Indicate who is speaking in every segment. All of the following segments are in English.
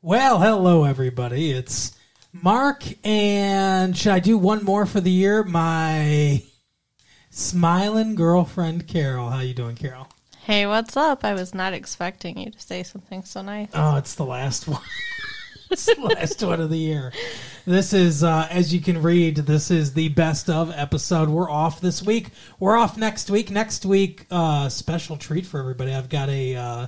Speaker 1: Well, hello everybody. It's Mark, and should I do one more for the year? My smiling girlfriend, Carol. How you doing, Carol?
Speaker 2: Hey, what's up? I was not expecting you to say something so nice.
Speaker 1: Oh, it's the last one. it's the last one of the year. This is, uh, as you can read, this is the best of episode. We're off this week. We're off next week. Next week, uh, special treat for everybody. I've got a uh,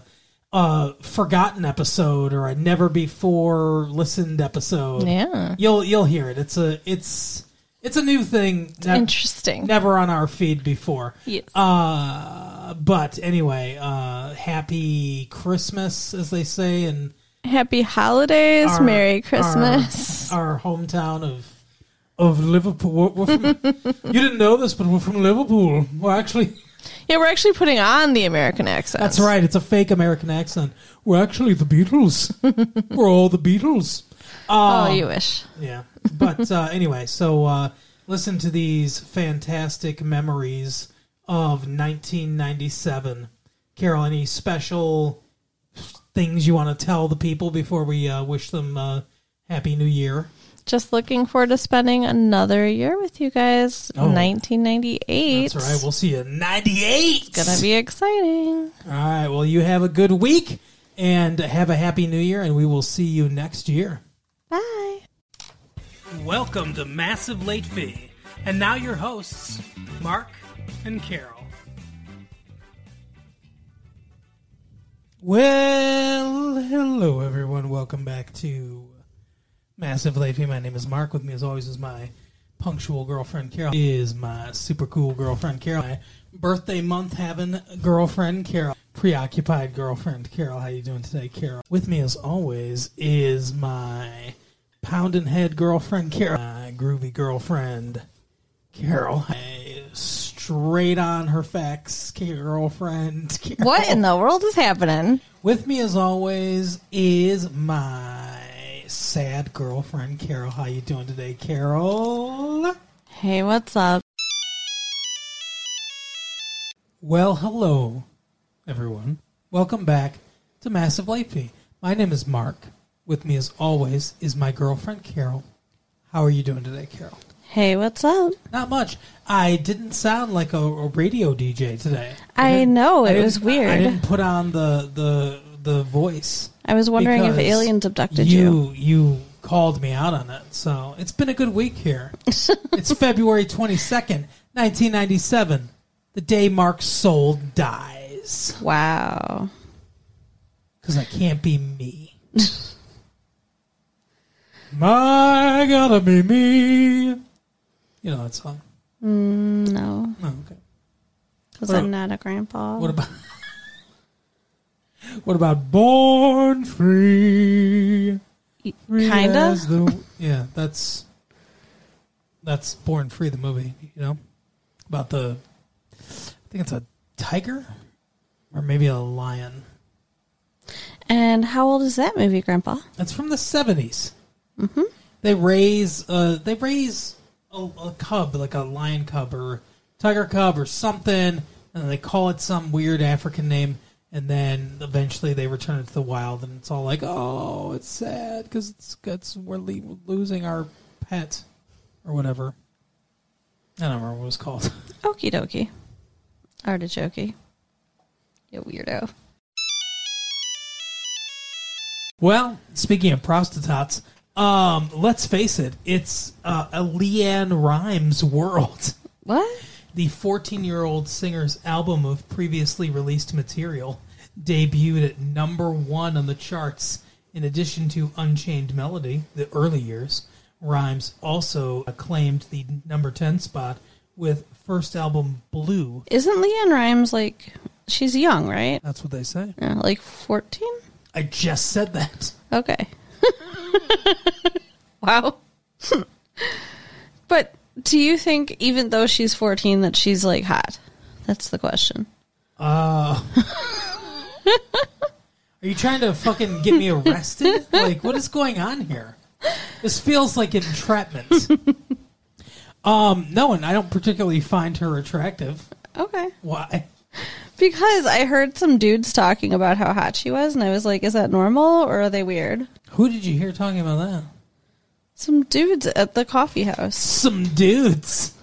Speaker 1: uh, forgotten episode or a never before listened episode.
Speaker 2: Yeah.
Speaker 1: you'll you'll hear it. It's a it's it's a new thing. Nev-
Speaker 2: Interesting.
Speaker 1: Never on our feed before.
Speaker 2: Yes.
Speaker 1: Uh, but anyway, uh, happy Christmas, as they say, and
Speaker 2: Happy holidays. Merry Christmas.
Speaker 1: Our, our hometown of of Liverpool. We're, we're from, you didn't know this, but we're from Liverpool. Well, actually,
Speaker 2: yeah, we're actually putting on the American accent.
Speaker 1: that's right. It's a fake American accent. We're actually the Beatles. we're all the Beatles.
Speaker 2: Oh, you wish.
Speaker 1: Yeah. But uh, anyway, so uh, listen to these fantastic memories of 1997. Carol, any special things you want to tell the people before we uh, wish them uh, Happy New Year?
Speaker 2: Just looking forward to spending another year with you guys.
Speaker 1: Oh.
Speaker 2: 1998.
Speaker 1: That's all right. We'll see you in 98.
Speaker 2: It's gonna be exciting.
Speaker 1: All right. Well, you have a good week and have a Happy New Year, and we will see you next year.
Speaker 2: Bye.
Speaker 1: Welcome to Massive Late Fee. And now your hosts, Mark and Carol. Well, hello everyone. Welcome back to Massive Late Fee. My name is Mark. With me as always is my punctual girlfriend Carol. Is my super cool girlfriend Carol. My birthday month having girlfriend Carol. Preoccupied girlfriend Carol. How you doing today, Carol? With me as always is my pounding head girlfriend Carol, my groovy girlfriend Carol, my straight on her facts girlfriend Carol.
Speaker 2: What in the world is happening?
Speaker 1: With me as always is my sad girlfriend Carol. How you doing today, Carol?
Speaker 2: Hey, what's up?
Speaker 1: Well, hello, everyone. Welcome back to Massive Late Fee. My name is Mark. With me, as always, is my girlfriend Carol. How are you doing today, Carol?
Speaker 2: Hey, what's up?
Speaker 1: Not much. I didn't sound like a, a radio DJ today.
Speaker 2: I know it
Speaker 1: didn't-
Speaker 2: was weird.
Speaker 1: I
Speaker 2: I,
Speaker 1: didn't put on the the the voice.
Speaker 2: was wondering if
Speaker 1: because
Speaker 2: aliens abducted
Speaker 1: you.
Speaker 2: you.
Speaker 1: You called me out on it, so it's been a good week here. it's February twenty second, nineteen ninety seven, the day Mark's soul dies.
Speaker 2: Wow.
Speaker 1: Because I can't be me. My gotta be me. You know that song?
Speaker 2: Hmm, No.
Speaker 1: Oh, okay.
Speaker 2: Because
Speaker 1: What
Speaker 2: I'm
Speaker 1: ab-
Speaker 2: not a grandpa.
Speaker 1: What about what about Born Free? Free
Speaker 2: Kinda.
Speaker 1: as the- yeah, that's that's Born Free, the movie. You know about the I think it's a tiger or maybe a lion.
Speaker 2: And how old is that movie, Grandpa?
Speaker 1: That's from the 70s They raise uh, they raise a, a cub like a lion cub or tiger cub or something, and they call it some weird African name, and then eventually they return it to the wild, and it's all like, oh, it's sad because it's, it's we're le- losing our pet or whatever. I don't remember what it was called.
Speaker 2: Okie dokie. Artichokey. You weirdo.
Speaker 1: Well, speaking of prostitutes, um, let's face it, it's uh, a Leanne Rhymes world.
Speaker 2: What?
Speaker 1: The 14 year old singer's album of previously released material debuted at number one on the charts. In addition to Unchained Melody, the early years, Rhymes also claimed the number 10 spot with first album Blue.
Speaker 2: Isn't Leanne Rhymes like she's young, right?
Speaker 1: That's what they say.
Speaker 2: Yeah, like fourteen?
Speaker 1: I just said that.
Speaker 2: Okay. wow. but do you think even though she's fourteen that she's like hot? That's the question.
Speaker 1: Are you trying to fucking get me arrested? like, what is going on here? This feels like entrapment. um, no, and I don't particularly find her attractive.
Speaker 2: Okay.
Speaker 1: Why?
Speaker 2: Because I heard some dudes talking about how hot she was, and I was like, is that normal or are they weird?
Speaker 1: Who did you hear talking about that?
Speaker 2: Some dudes at the coffee house.
Speaker 1: Some dudes.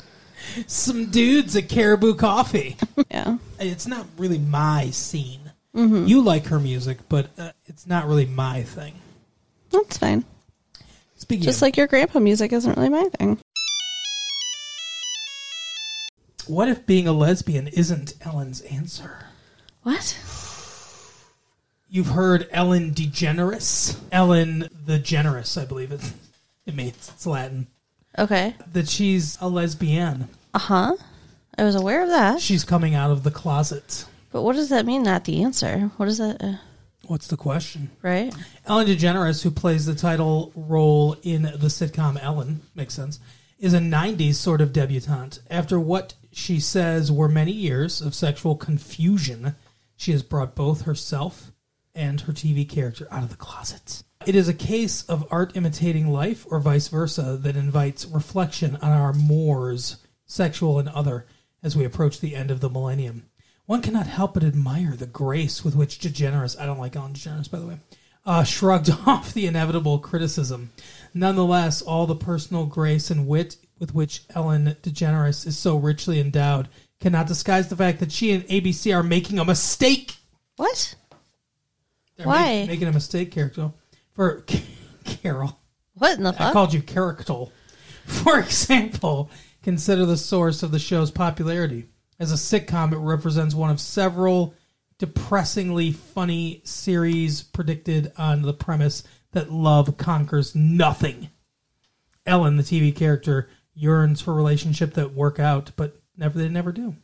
Speaker 1: Some dudes at Caribou Coffee.
Speaker 2: Yeah.
Speaker 1: it's not really my scene.
Speaker 2: Mm-hmm.
Speaker 1: You like her music, but uh, it's not really my thing.
Speaker 2: That's fine.
Speaker 1: Speaking
Speaker 2: Just
Speaker 1: of,
Speaker 2: like your grandpa music isn't really my thing.
Speaker 1: what if being a lesbian isn't Ellen's answer?
Speaker 2: What?
Speaker 1: You've heard Ellen DeGeneres, Ellen the Generous, I believe it. It means it's Latin
Speaker 2: Okay.
Speaker 1: that she's a lesbian.
Speaker 2: Uh huh. I was aware of that.
Speaker 1: She's coming out of the closet.
Speaker 2: But what does that mean, not the answer? What is that? Uh,
Speaker 1: What's the question?
Speaker 2: right?
Speaker 1: Ellen DeGeneres, who plays the title role in the sitcom Ellen, makes sense, is a 90s sort of debutante. After what she says were many years of sexual confusion, she has brought both herself and her TV character out of the closet. It is a case of art imitating life or vice versa that invites reflection on our mores, sexual and other, as we approach the end of the millennium. One cannot help but admire the grace with which DeGeneres, I don't like Ellen DeGeneres, by the way, uh, shrugged off the inevitable criticism. Nonetheless, all the personal grace and wit with which Ellen DeGeneres is so richly endowed cannot disguise the fact that she and ABC are making a mistake.
Speaker 2: What?
Speaker 1: They're
Speaker 2: Why?
Speaker 1: make- making a mistake, Caractol. For Carol.
Speaker 2: What in the
Speaker 1: I
Speaker 2: fuck?
Speaker 1: called you Caractol. For example, consider the source of the show's popularity. As a sitcom, it represents one of several depressingly funny series predicted on the premise that love conquers nothing. Ellen, the TV character, yearns for relationships that work out, but never they never do.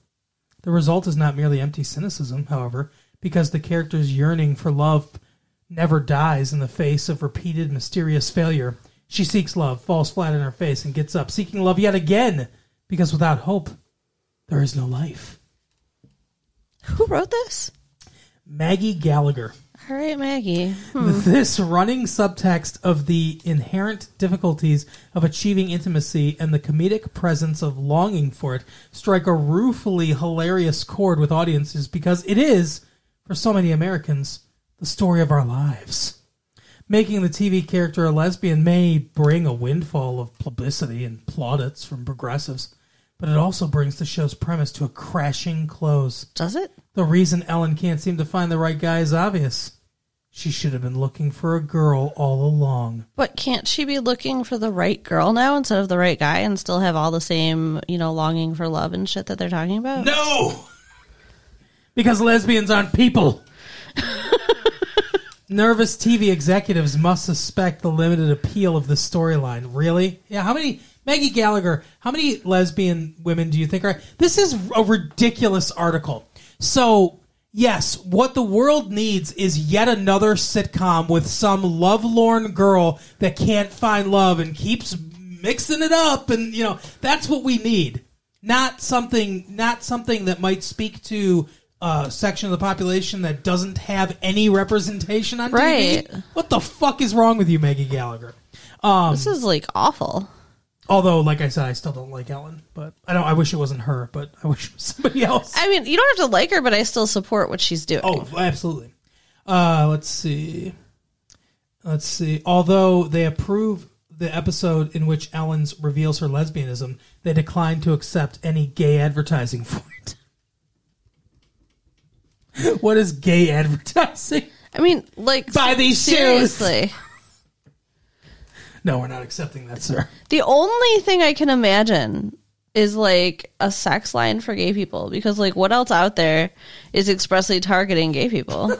Speaker 1: The result is not merely empty cynicism, however, because the character's yearning for love never dies in the face of repeated mysterious failure. She seeks love, falls flat on her face, and gets up, seeking love yet again, because without hope, there is no life.
Speaker 2: Who wrote this?
Speaker 1: Maggie Gallagher.
Speaker 2: All right, Maggie.
Speaker 1: This running subtext of the inherent difficulties of achieving intimacy and the comedic presence of longing for it strike a ruefully hilarious chord with audiences because it is, for so many Americans, the story of our lives. Making the TV character a lesbian may bring a windfall of publicity and plaudits from progressives, but it also brings the show's premise to a crashing close.
Speaker 2: Does it?
Speaker 1: The reason Ellen can't seem to find the right guy is obvious. She should have been looking for a girl all along.
Speaker 2: But can't she be looking for the right girl now instead of the right guy and still have all the same, you know, longing for love and shit that they're talking about?
Speaker 1: No! Because lesbians aren't people. Nervous TV executives must suspect the limited appeal of the storyline. Really? Yeah, how many. Maggie Gallagher, how many lesbian women do you think are. This is a ridiculous article. So, yes, what the world needs is yet another sitcom with some lovelorn girl that can't find love and keeps mixing it up and you know that's what we need not something not something that might speak to a section of the population that doesn't have any representation on
Speaker 2: Right.
Speaker 1: TV. What the fuck is wrong with you, Maggie Gallagher? Um,
Speaker 2: This is like awful.
Speaker 1: although, like I said, I still don't like Ellen, but I don't. I wish it wasn't her, but I wish it was somebody else.
Speaker 2: I mean, you don't have to like her, but I still support what she's doing.
Speaker 1: Oh, absolutely. Uh, let's see. Let's see. Although they approve the episode in which Ellen's reveals her lesbianism, they decline to accept any gay advertising for it. what is gay advertising?
Speaker 2: I mean, like
Speaker 1: Buy these shoes.
Speaker 2: seriously.
Speaker 1: No, we're not accepting that, sir.
Speaker 2: The only thing I can imagine is like a sex line for gay people because like what else out there is expressly targeting gay people?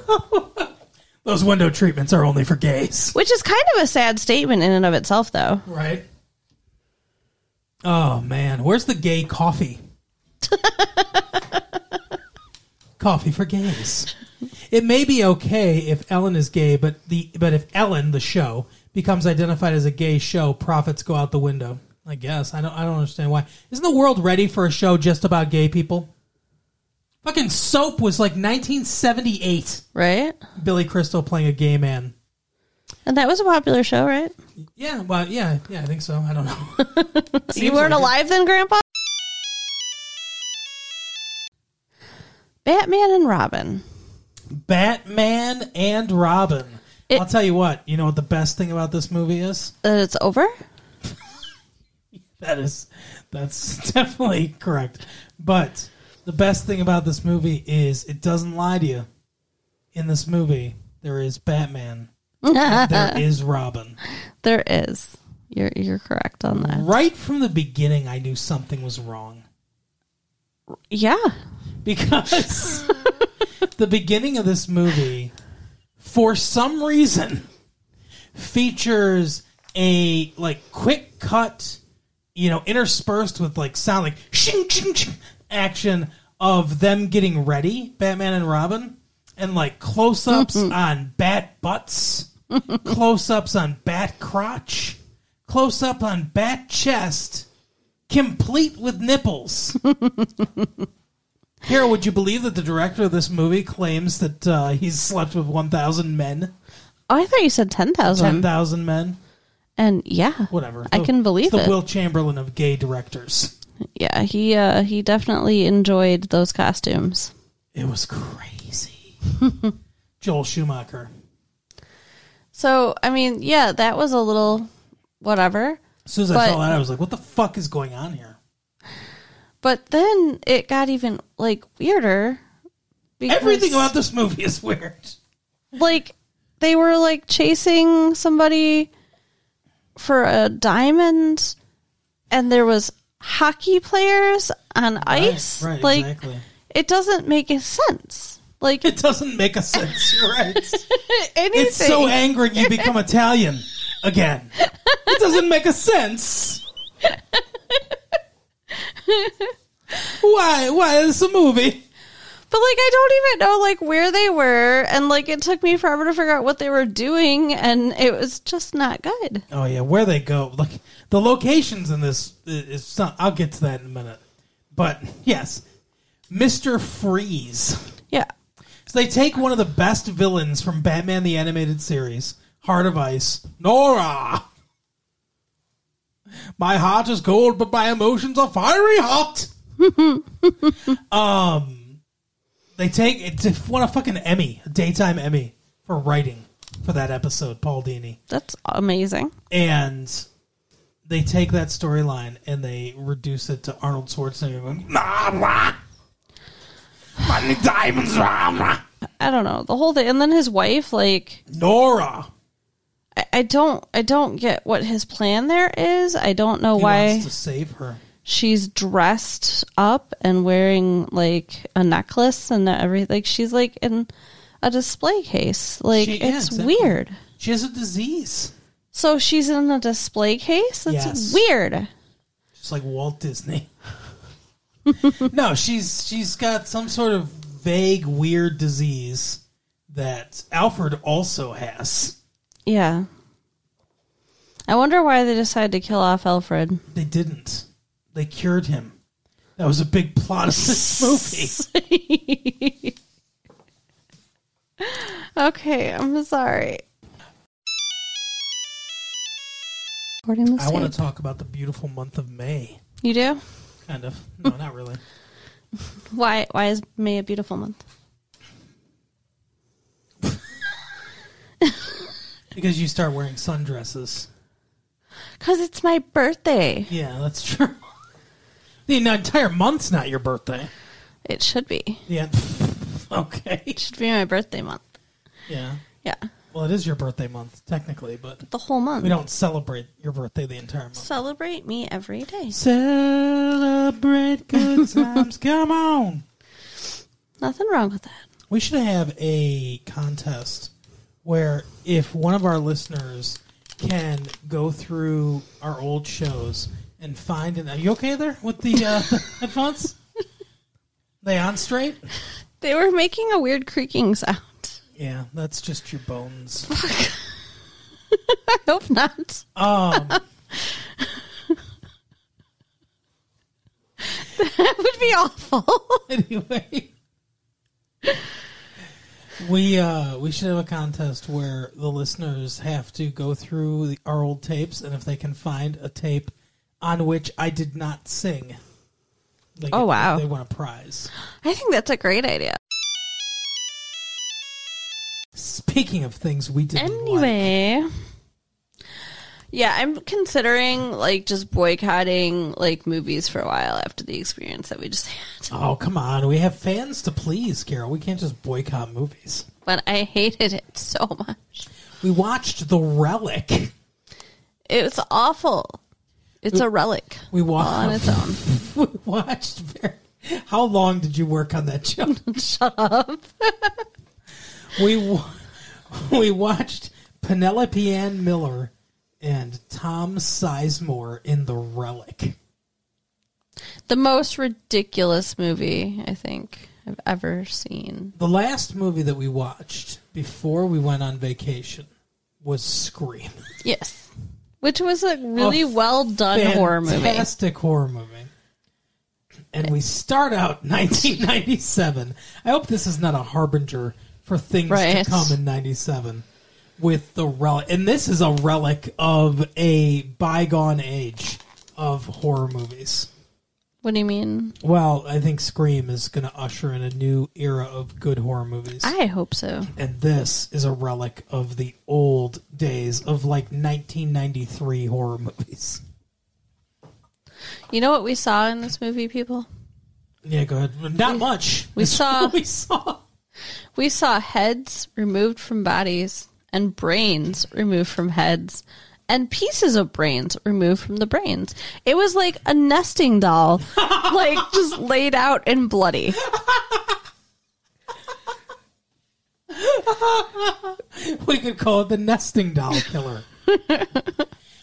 Speaker 1: Those window treatments are only for gays.
Speaker 2: Which is kind of a sad statement in and of itself though.
Speaker 1: Right? Oh, man. Where's the gay coffee? coffee for gays. It may be okay if Ellen is gay, but the but if Ellen, the show, becomes identified as a gay show, profits go out the window. I guess. I don't I don't understand why. Isn't the world ready for a show just about gay people? Fucking soap was like nineteen seventy eight.
Speaker 2: Right?
Speaker 1: Billy Crystal playing a gay man.
Speaker 2: And that was a popular show, right?
Speaker 1: Yeah, well yeah, yeah, I think so. I don't know. Seems
Speaker 2: you weren't
Speaker 1: like it.
Speaker 2: alive then, Grandpa? Batman and Robin.
Speaker 1: Batman and Robin.
Speaker 2: It-
Speaker 1: I'll tell you what. You know what the best thing about this movie is?
Speaker 2: That Uh, it's over?
Speaker 1: That is, that's definitely correct. But the best thing about this movie is it doesn't lie to you. In this movie, there is Batman. and there is Robin.
Speaker 2: There is. You're you're correct on that.
Speaker 1: Right from the beginning, I knew something was wrong
Speaker 2: Yeah. Oh,
Speaker 1: because the beginning of this movie, for some reason, features a like quick cut, you know, interspersed with like sound like shing shing shing action of them getting ready, Batman and Robin, and like close ups on bat butts, close ups on bat crotch, close up on bat chest, complete with nipples. Here, would you believe that the director of this movie claims that uh, he's slept with 1,000 men?
Speaker 2: Oh, I thought you said ten thousand.
Speaker 1: 10,000 men?
Speaker 2: And yeah.
Speaker 1: Whatever.
Speaker 2: I
Speaker 1: The-
Speaker 2: can believe
Speaker 1: it's the
Speaker 2: it.
Speaker 1: Will Chamberlain of gay directors.
Speaker 2: Yeah, he uh he definitely enjoyed those costumes.
Speaker 1: It was crazy. Joel Schumacher.
Speaker 2: So I mean, yeah, that was a little whatever.
Speaker 1: As soon as I
Speaker 2: But-
Speaker 1: saw that, I was like, what the fuck is going on here?
Speaker 2: But then it got even like weirder. because-
Speaker 1: Everything about this movie is weird.
Speaker 2: like they were like chasing somebody for a diamond and there was hockey players on ice
Speaker 1: Right,
Speaker 2: like
Speaker 1: exactly.
Speaker 2: it doesn't make any sense like
Speaker 1: It doesn't make a sense. You're right.
Speaker 2: anything
Speaker 1: It's so angering you become Italian again. It doesn't make a sense. Why? Why is this a movie?
Speaker 2: but like i don't even know like where they were and like it took me forever to figure out what they were doing and it was just not good
Speaker 1: Oh yeah, where they go? Like the locations in this is. Some, I'll get to that in a minute. But yes, Mister Freeze.
Speaker 2: yeah
Speaker 1: So they take one of the best villains from Batman the Animated Series, Heart of Ice, Nora. My heart is cold, but my emotions are fiery hot. um, they take it to won a fucking Emmy, a daytime Emmy for writing for that episode, Paul Dini,
Speaker 2: that's amazing
Speaker 1: and they take that storyline and they reduce it to Arnold Schwarzenegger going, "Nah, rah. Money diamonds, rah, rah."
Speaker 2: i don't know the whole thing and then his wife like
Speaker 1: Nora.
Speaker 2: I, I don't I don't get what his plan there is. I don't know
Speaker 1: He
Speaker 2: why
Speaker 1: wants to save her.
Speaker 2: she's dressed up and wearing like a necklace and everything. Like she's like in a display case. Like
Speaker 1: She- yeah,
Speaker 2: it's
Speaker 1: exactly.
Speaker 2: weird.
Speaker 1: She has a disease.
Speaker 2: So she's in a display case? That's
Speaker 1: Yes.
Speaker 2: weird.
Speaker 1: Just like Walt Disney. no, she's she's got some sort of vague, weird disease that Alfred also has.
Speaker 2: Yeah. I wonder why they decided to kill off Alfred.
Speaker 1: They didn't. They cured him. That was a big plot of this movie.
Speaker 2: Okay, I'm sorry. Recording
Speaker 1: I want
Speaker 2: mistake.
Speaker 1: to talk about the beautiful month of May.
Speaker 2: You do?
Speaker 1: Kind of. No, not really.
Speaker 2: Why why is May a beautiful month?
Speaker 1: Because you start wearing sundresses.
Speaker 2: Cuz it's my birthday.
Speaker 1: Yeah, that's true. The entire month's not your birthday.
Speaker 2: It should be. It
Speaker 1: Yeah. okay.
Speaker 2: should be my birthday month.
Speaker 1: Yeah.
Speaker 2: Yeah.
Speaker 1: Well, it is your birthday month technically, but
Speaker 2: The whole month.
Speaker 1: we don't celebrate your birthday the entire month.
Speaker 2: celebrate me every day.
Speaker 1: Celebrate good times. Come on.
Speaker 2: Nothing wrong with that.
Speaker 1: We should have a contest where if one of our listeners can go through our old shows and find an. Are you okay there with the uh, headphones? They on straight?
Speaker 2: They were making a weird creaking sound.
Speaker 1: Yeah, that's just your bones.
Speaker 2: I hope not.
Speaker 1: Um,
Speaker 2: That would be awful.
Speaker 1: anyway. We uh we should have a contest where the listeners have to go through the, our old tapes and if they can find a tape on which I did not sing, Like
Speaker 2: Oh,
Speaker 1: if- if
Speaker 2: wow.
Speaker 1: They won a prize.
Speaker 2: I think that's a great idea.
Speaker 1: Speaking of things we didn't like,
Speaker 2: Anyway. Yeah, I'm considering like just boycotting like movies for a while after the experience that we just had.
Speaker 1: oh come on, we have fans to please, Carol. We can't just boycott movies.
Speaker 2: But I hated it so much.
Speaker 1: We watched The Relic.
Speaker 2: It was awful. It's a relic
Speaker 1: We
Speaker 2: on
Speaker 1: watched.
Speaker 2: its own.
Speaker 1: we watched. How long did you work on that show?
Speaker 2: Shut up.
Speaker 1: we wa- we watched Penelope Ann Miller and Tom Sizemore in The Relic.
Speaker 2: The most ridiculous movie I think I've ever seen.
Speaker 1: The last movie that we watched before we went on vacation was Scream.
Speaker 2: Yes. Which was a really
Speaker 1: A
Speaker 2: well done horror movie.
Speaker 1: Fantastic horror movie. And we start out 1997. I hope this is not a harbinger for things
Speaker 2: Right.
Speaker 1: to come in 97 with the relic. And this is a relic of a bygone age of horror movies.
Speaker 2: What do you mean?
Speaker 1: Well, I think Scream is going to usher in a new era of good horror movies.
Speaker 2: I hope so.
Speaker 1: and this is a relic of the old days of like 1993 horror movies.
Speaker 2: You know what we saw in this movie, people?
Speaker 1: Yeah, go ahead. Not much.
Speaker 2: we
Speaker 1: That's
Speaker 2: saw-
Speaker 1: what we saw.
Speaker 2: We saw heads removed from bodies and brains removed from heads and pieces of brains removed from the brains. It was like a nesting doll, like just laid out and bloody.
Speaker 1: We could call it the nesting doll killer,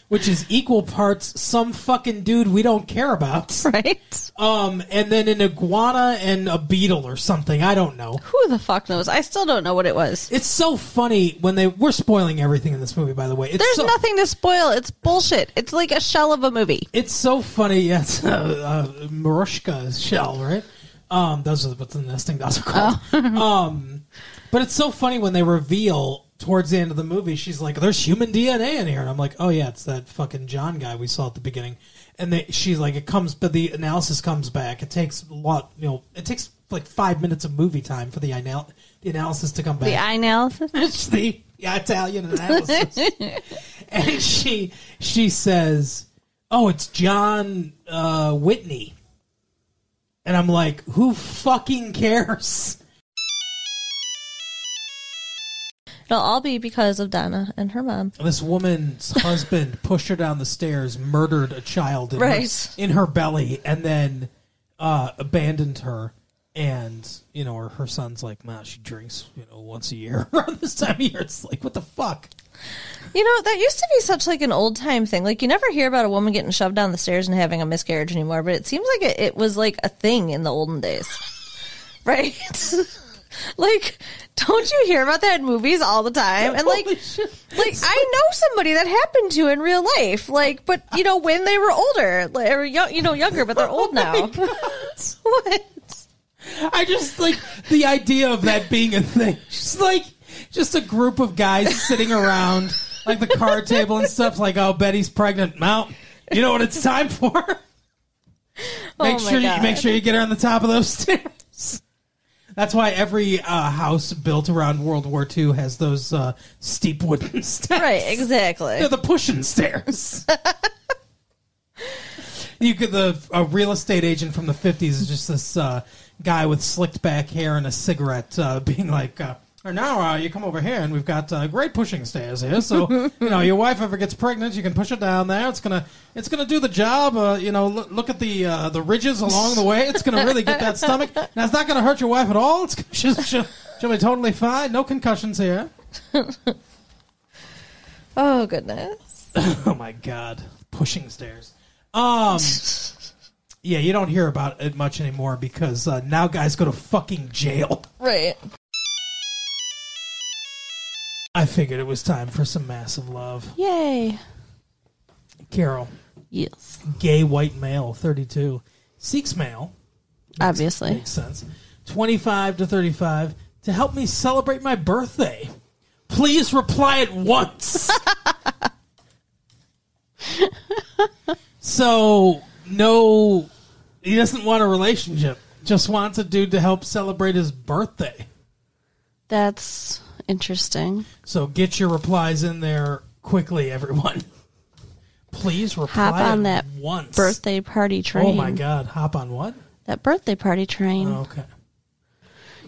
Speaker 1: which is equal parts some fucking dude we don't care about,
Speaker 2: Right?
Speaker 1: um, and then an iguana and a beetle or something. I don't know.
Speaker 2: Who the fuck knows? I still don't know what it was.
Speaker 1: It's so funny when they we're spoiling everything in this movie. By the way, it's
Speaker 2: There's
Speaker 1: so,
Speaker 2: nothing to spoil. It's bullshit. It's like a shell of a movie.
Speaker 1: It's so funny. Yes, uh, uh, Marushka's shell, right? Um, those are what the nesting dolls are called. um, but it's so funny when they reveal towards the end of the movie, she's like, "There's human DNA in here," and I'm like, "Oh yeah, it's that fucking John guy we saw at the beginning." And they, she's like, "It comes," but the analysis comes back. It takes a lot. You know, it takes like five minutes of movie time for the anal- the analysis to come back.
Speaker 2: The eye analysis.
Speaker 1: It's the Italian analysis. and she she says, "Oh, it's John uh, Whitney," and I'm like, "Who fucking cares?"
Speaker 2: It'll all be because of Donna and her mom.
Speaker 1: This woman's husband pushed her down the stairs, murdered a child in,
Speaker 2: Right.
Speaker 1: her, in her belly, and then uh, abandoned her. And you know, her, her son's like, "Ma, she drinks, you know, once a year around this time of year." It's like, what the fuck?
Speaker 2: You know, that used to be such like an old time thing. Like you never hear about a woman getting shoved down the stairs and having a miscarriage anymore, but it seems like it, it was like a thing in the olden days. Right? like don't you hear about that in movies all the time? And like
Speaker 1: Holy shit.
Speaker 2: like I know somebody that happened to in real life. Like but you know when they were older, like, or young, you know younger, but they're old now. what?
Speaker 1: I just like the idea of that being a thing. Just like just a group of guys sitting around like the card table and stuff. Like, oh, Betty's pregnant. Mount, you know what it's time for. make
Speaker 2: Oh, my
Speaker 1: sure you
Speaker 2: God.
Speaker 1: make sure you get her on the top of those stairs. That's why every uh, house built around World War II has those uh, steep wooden steps.
Speaker 2: Right, exactly.
Speaker 1: They're the pushing stairs. you could the a real estate agent from the fifties is just this uh, guy with slicked back hair and a cigarette, uh, being like. Uh, or now uh, you come over here and we've got uh, great pushing stairs here. So you know your wife ever gets pregnant, you can push it down there. It's gonna it's gonna do the job. Uh, you know, look, look at the uh, the ridges along the way. It's gonna really get that stomach. Now it's not gonna hurt your wife at all. It's she'll, she'll, she'll be totally fine. No concussions here.
Speaker 2: Oh goodness.
Speaker 1: Oh my god, pushing stairs. Um, yeah, you don't hear about it much anymore because uh, now guys go to fucking jail.
Speaker 2: Right.
Speaker 1: I figured it was time for some massive love.
Speaker 2: Yay.
Speaker 1: Carol,
Speaker 2: Yes.
Speaker 1: gay white male, thirty-two, seeks male.
Speaker 2: Obviously.
Speaker 1: Makes sense. Twenty-five to thirty-five to help me celebrate my birthday. Please reply at once. so no He doesn't want a relationship. Just wants a dude to help celebrate his birthday.
Speaker 2: That's interesting.
Speaker 1: So get your replies in there quickly, everyone. Please reply
Speaker 2: Hop on
Speaker 1: at
Speaker 2: that
Speaker 1: once.
Speaker 2: birthday party train. Mm.
Speaker 1: Oh my god, Oh. hop on what?
Speaker 2: That birthday party train.
Speaker 1: Okay.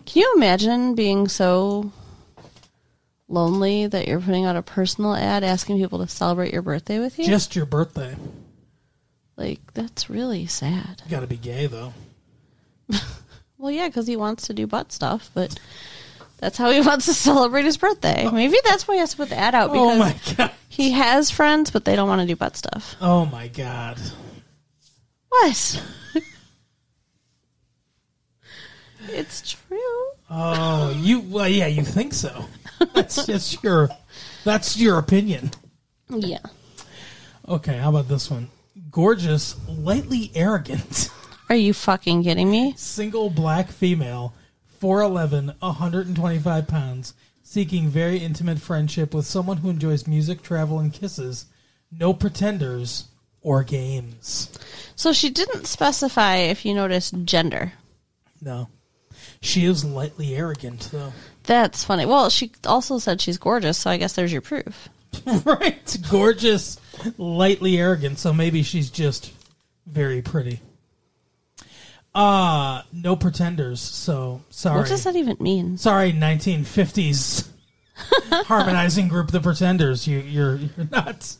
Speaker 2: Can you imagine being so lonely that you're putting out a personal ad asking people to celebrate your birthday with you?
Speaker 1: Just your birthday. You
Speaker 2: like that's really sad.
Speaker 1: got to be gay though.
Speaker 2: Well, yeah, because he wants to do butt stuff, but that's how he wants to celebrate his birthday. Maybe that's why he has to put the ad out because
Speaker 1: oh my god.
Speaker 2: he has friends, but they don't want to do butt stuff.
Speaker 1: Oh my god.
Speaker 2: What? it's true.
Speaker 1: Oh, you well yeah, you think so. That's just your that's your opinion.
Speaker 2: Yeah.
Speaker 1: Okay, how about this one? Gorgeous, lightly arrogant,
Speaker 2: Are you fucking kidding me?
Speaker 1: single black female, 4'11, 125 pounds, seeking very intimate friendship with someone who enjoys music, travel, and kisses. No pretenders or games.
Speaker 2: So she didn't specify if you noticed gender.
Speaker 1: No. She is lightly arrogant, though.
Speaker 2: That's funny. Well, she also said she's gorgeous, so I guess there's your proof.
Speaker 1: right? Gorgeous, lightly arrogant. So maybe she's just very pretty. Uh, no pretenders. So sorry.
Speaker 2: What does that even mean?
Speaker 1: Sorry, 1950s harmonizing group, the Pretenders. You, you're you're not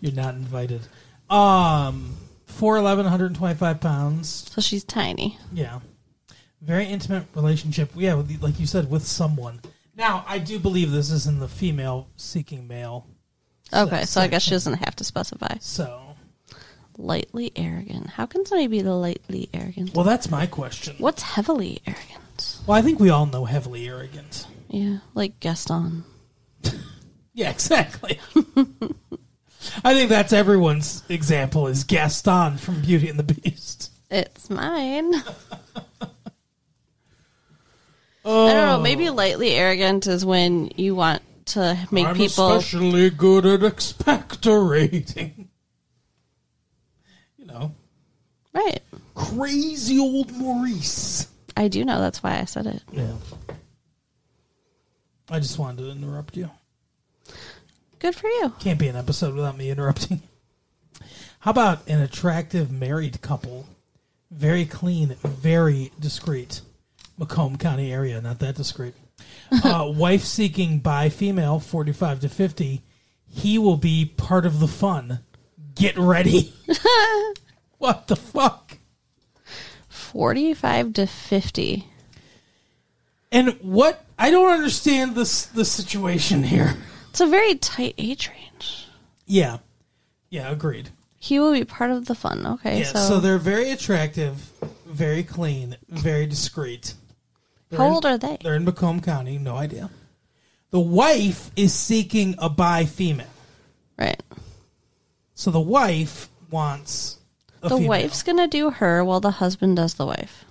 Speaker 1: you're not invited. Um, 4'11", 125 pounds.
Speaker 2: So she's tiny.
Speaker 1: Yeah, very intimate relationship. Yeah, with- like you said, with someone. Now, I do believe this is in the female seeking male.
Speaker 2: Okay,
Speaker 1: Sex
Speaker 2: so I guess she doesn't have to specify.
Speaker 1: So,
Speaker 2: Lightly arrogant. How can somebody be lightly arrogant?
Speaker 1: well, that's my question.
Speaker 2: What's heavily arrogant?
Speaker 1: Well, I think we all know heavily arrogant.
Speaker 2: Yeah, like Gaston.
Speaker 1: Yeah, exactly. I think that's everyone's example is Gaston from Beauty and the Beast.
Speaker 2: It's mine.
Speaker 1: Oh,
Speaker 2: I don't know. Maybe lightly arrogant is when you want to make
Speaker 1: I'm
Speaker 2: people.
Speaker 1: especially good at expectorating. You know,
Speaker 2: Right.
Speaker 1: crazy old Maurice.
Speaker 2: I do know. That's why I said it.
Speaker 1: Yeah. I just wanted to interrupt you.
Speaker 2: Good for you.
Speaker 1: Can't be an episode without me interrupting. How about an attractive married couple? Very clean, very discreet. Macomb County area, not that discreet. Uh, wife seeking by female, 45 to 50. He will be part of the fun. Get ready. what the fuck?
Speaker 2: 45 to 50.
Speaker 1: And what? I don't understand this the situation here.
Speaker 2: It's a very tight age range.
Speaker 1: Yeah. Yeah, agreed.
Speaker 2: He will be part of the fun. Okay,
Speaker 1: Yeah,
Speaker 2: so,
Speaker 1: so, they're very attractive, very clean, very discreet. They're
Speaker 2: how
Speaker 1: in-
Speaker 2: old are they?
Speaker 1: They're in Macomb County, no idea. The wife is seeking a bi female.
Speaker 2: Right.
Speaker 1: So the wife wants a
Speaker 2: The
Speaker 1: female.
Speaker 2: wife's going to do her while the husband does the wife.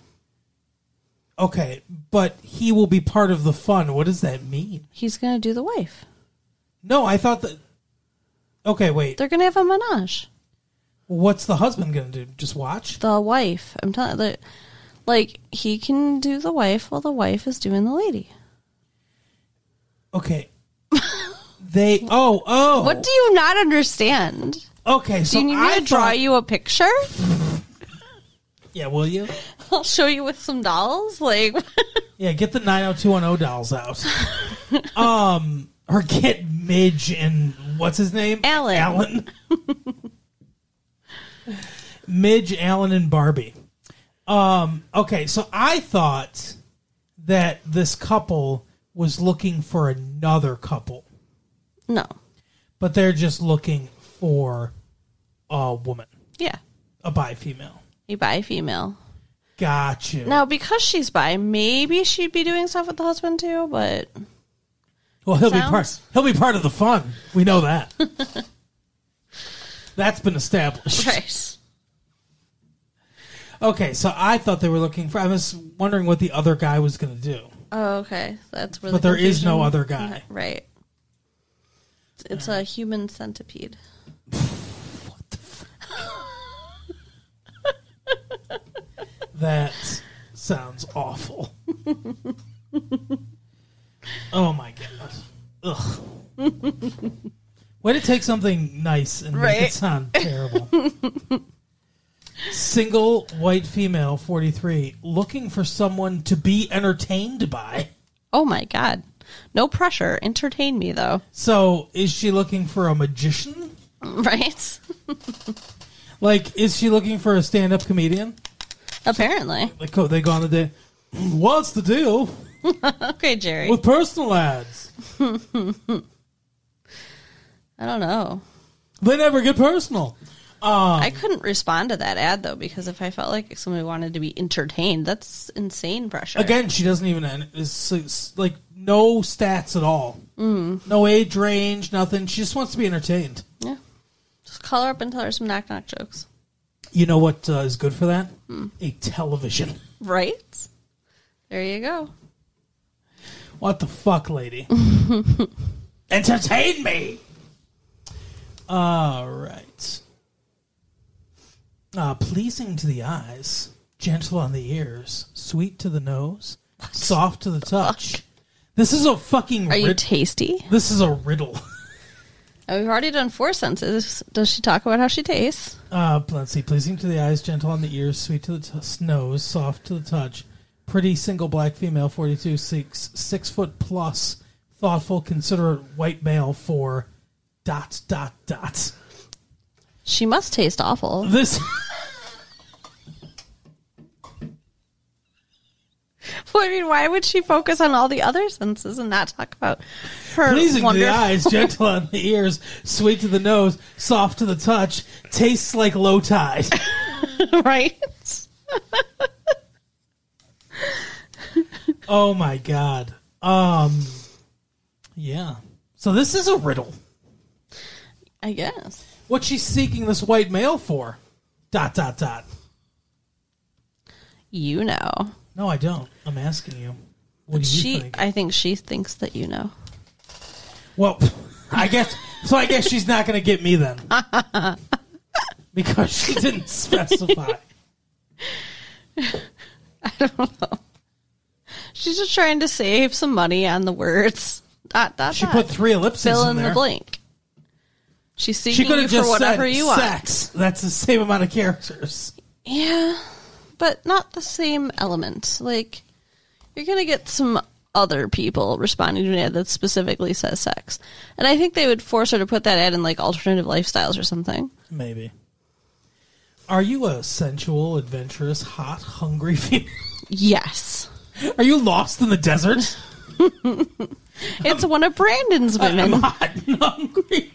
Speaker 1: Okay, but he will be part of the fun. What does that mean?
Speaker 2: He's going to do the wife.
Speaker 1: No, I thought that Okay, wait.
Speaker 2: They're going to have a menage.
Speaker 1: What's the husband going to do? Just watch?
Speaker 2: The wife. I'm telling the like he can do the wife while the wife is doing the lady.
Speaker 1: Okay. they Oh, oh.
Speaker 2: What do you not understand?
Speaker 1: Okay,
Speaker 2: Do
Speaker 1: so
Speaker 2: you need me
Speaker 1: I
Speaker 2: to draw
Speaker 1: thought-
Speaker 2: you a picture?
Speaker 1: Yeah, will you?
Speaker 2: I'll show you with some dolls. Like
Speaker 1: Yeah, get the 90210 dolls out. um, or get Midge and what's his name?
Speaker 2: Alan.
Speaker 1: Alan. Midge, Alan, and Barbie. Um, okay, so I thought that this couple was looking for another couple,
Speaker 2: no.
Speaker 1: but they're just looking for a woman,
Speaker 2: Yeah.
Speaker 1: a bi female.
Speaker 2: A bi female.
Speaker 1: Got you.
Speaker 2: Now because she's bi, maybe she'd be doing stuff with the husband too, but
Speaker 1: Well, he'll be part.
Speaker 2: Sounds-
Speaker 1: He'll be part of the fun. We know that. That's been established.
Speaker 2: right.
Speaker 1: Okay, so I thought they were looking for. I was wondering what the other guy was going to do.
Speaker 2: Oh, okay. That's where
Speaker 1: But
Speaker 2: the
Speaker 1: there is no
Speaker 2: confusion-
Speaker 1: other guy.
Speaker 2: Right. It's a human centipede.
Speaker 1: That sounds awful. oh my god. Ugh. Way to take something nice and make
Speaker 3: Right.
Speaker 1: it sound terrible. Single white female, 43, looking for someone to be entertained by.
Speaker 2: Oh my god. No pressure. Entertain me though.
Speaker 1: So, is she looking for a magician?
Speaker 2: Right?
Speaker 1: Like, is she looking for a stand up comedian?
Speaker 2: Apparently.
Speaker 1: Like, oh, they go on the day. What's the deal
Speaker 2: Okay, Jerry.
Speaker 1: with personal ads?
Speaker 2: I don't know.
Speaker 1: They never get personal. Uh, um,
Speaker 2: I couldn't respond to that ad though because if I felt like somebody wanted to be entertained, that's insane pressure.
Speaker 1: Again, she doesn't even it's, it's, like no stats at all. Mm. No age range, nothing. She just wants to be entertained.
Speaker 2: Yeah. Just call her up and tell her some knock knock jokes.
Speaker 1: You know what uh, is good for that? A television.
Speaker 2: Right? There you go.
Speaker 1: What the fuck, lady? Entertain me. All right. Uh, pleasing to the eyes, gentle on the ears, sweet to the nose, soft to the touch. This is a fucking.
Speaker 2: Are you
Speaker 1: rid-
Speaker 2: tasty?
Speaker 1: this is a riddle.
Speaker 2: And we've already done four senses. Does she talk about how she tastes?
Speaker 1: Uh, let's see. Pleasing to the eyes, gentle on the ears, sweet to the t- nose, soft to the touch. Pretty single black female, 42, six, six foot plus, thoughtful, considerate white male for dot, dot, dot.
Speaker 2: She must taste awful.
Speaker 1: This,
Speaker 2: I mean, why would she focus on all the other senses and not talk about her
Speaker 1: pleasing to the
Speaker 2: wonderful-
Speaker 1: eyes, gentle on the ears, sweet to the nose, soft to the touch, tastes like low tide.
Speaker 2: right?
Speaker 1: Oh my god. Um, yeah. So this is a riddle.
Speaker 2: I guess.
Speaker 1: What's she seeking this white male for? Dot, dot, dot.
Speaker 2: You know.
Speaker 1: No, I don't. I'm asking you. What do you
Speaker 2: She
Speaker 1: think?
Speaker 2: I think she thinks that you know.
Speaker 1: well, I guess so. I guess she's not going to get me then, because she didn't specify.
Speaker 2: She's just trying to save some money on the words. Dot dot
Speaker 1: She
Speaker 2: dot.
Speaker 1: put three ellipses
Speaker 2: fill
Speaker 1: in,
Speaker 2: in
Speaker 1: there.
Speaker 2: the blank. She's
Speaker 1: She
Speaker 2: seeking
Speaker 1: could
Speaker 2: you
Speaker 1: have just
Speaker 2: for whatever
Speaker 1: said
Speaker 2: you want.
Speaker 1: sex. That's the same amount of characters.
Speaker 2: Yeah, but not the same element. Like, you're going to get some other people responding to an ad that specifically says sex. And I think they would force her to put that ad in, like, alternative lifestyles or something.
Speaker 1: Maybe. Are you a sensual, adventurous, hot, hungry female?
Speaker 2: Yes.
Speaker 1: Are you lost in the desert?
Speaker 2: It's one of Brandon's
Speaker 1: Uh, I'm
Speaker 2: women.
Speaker 1: hot and hungry.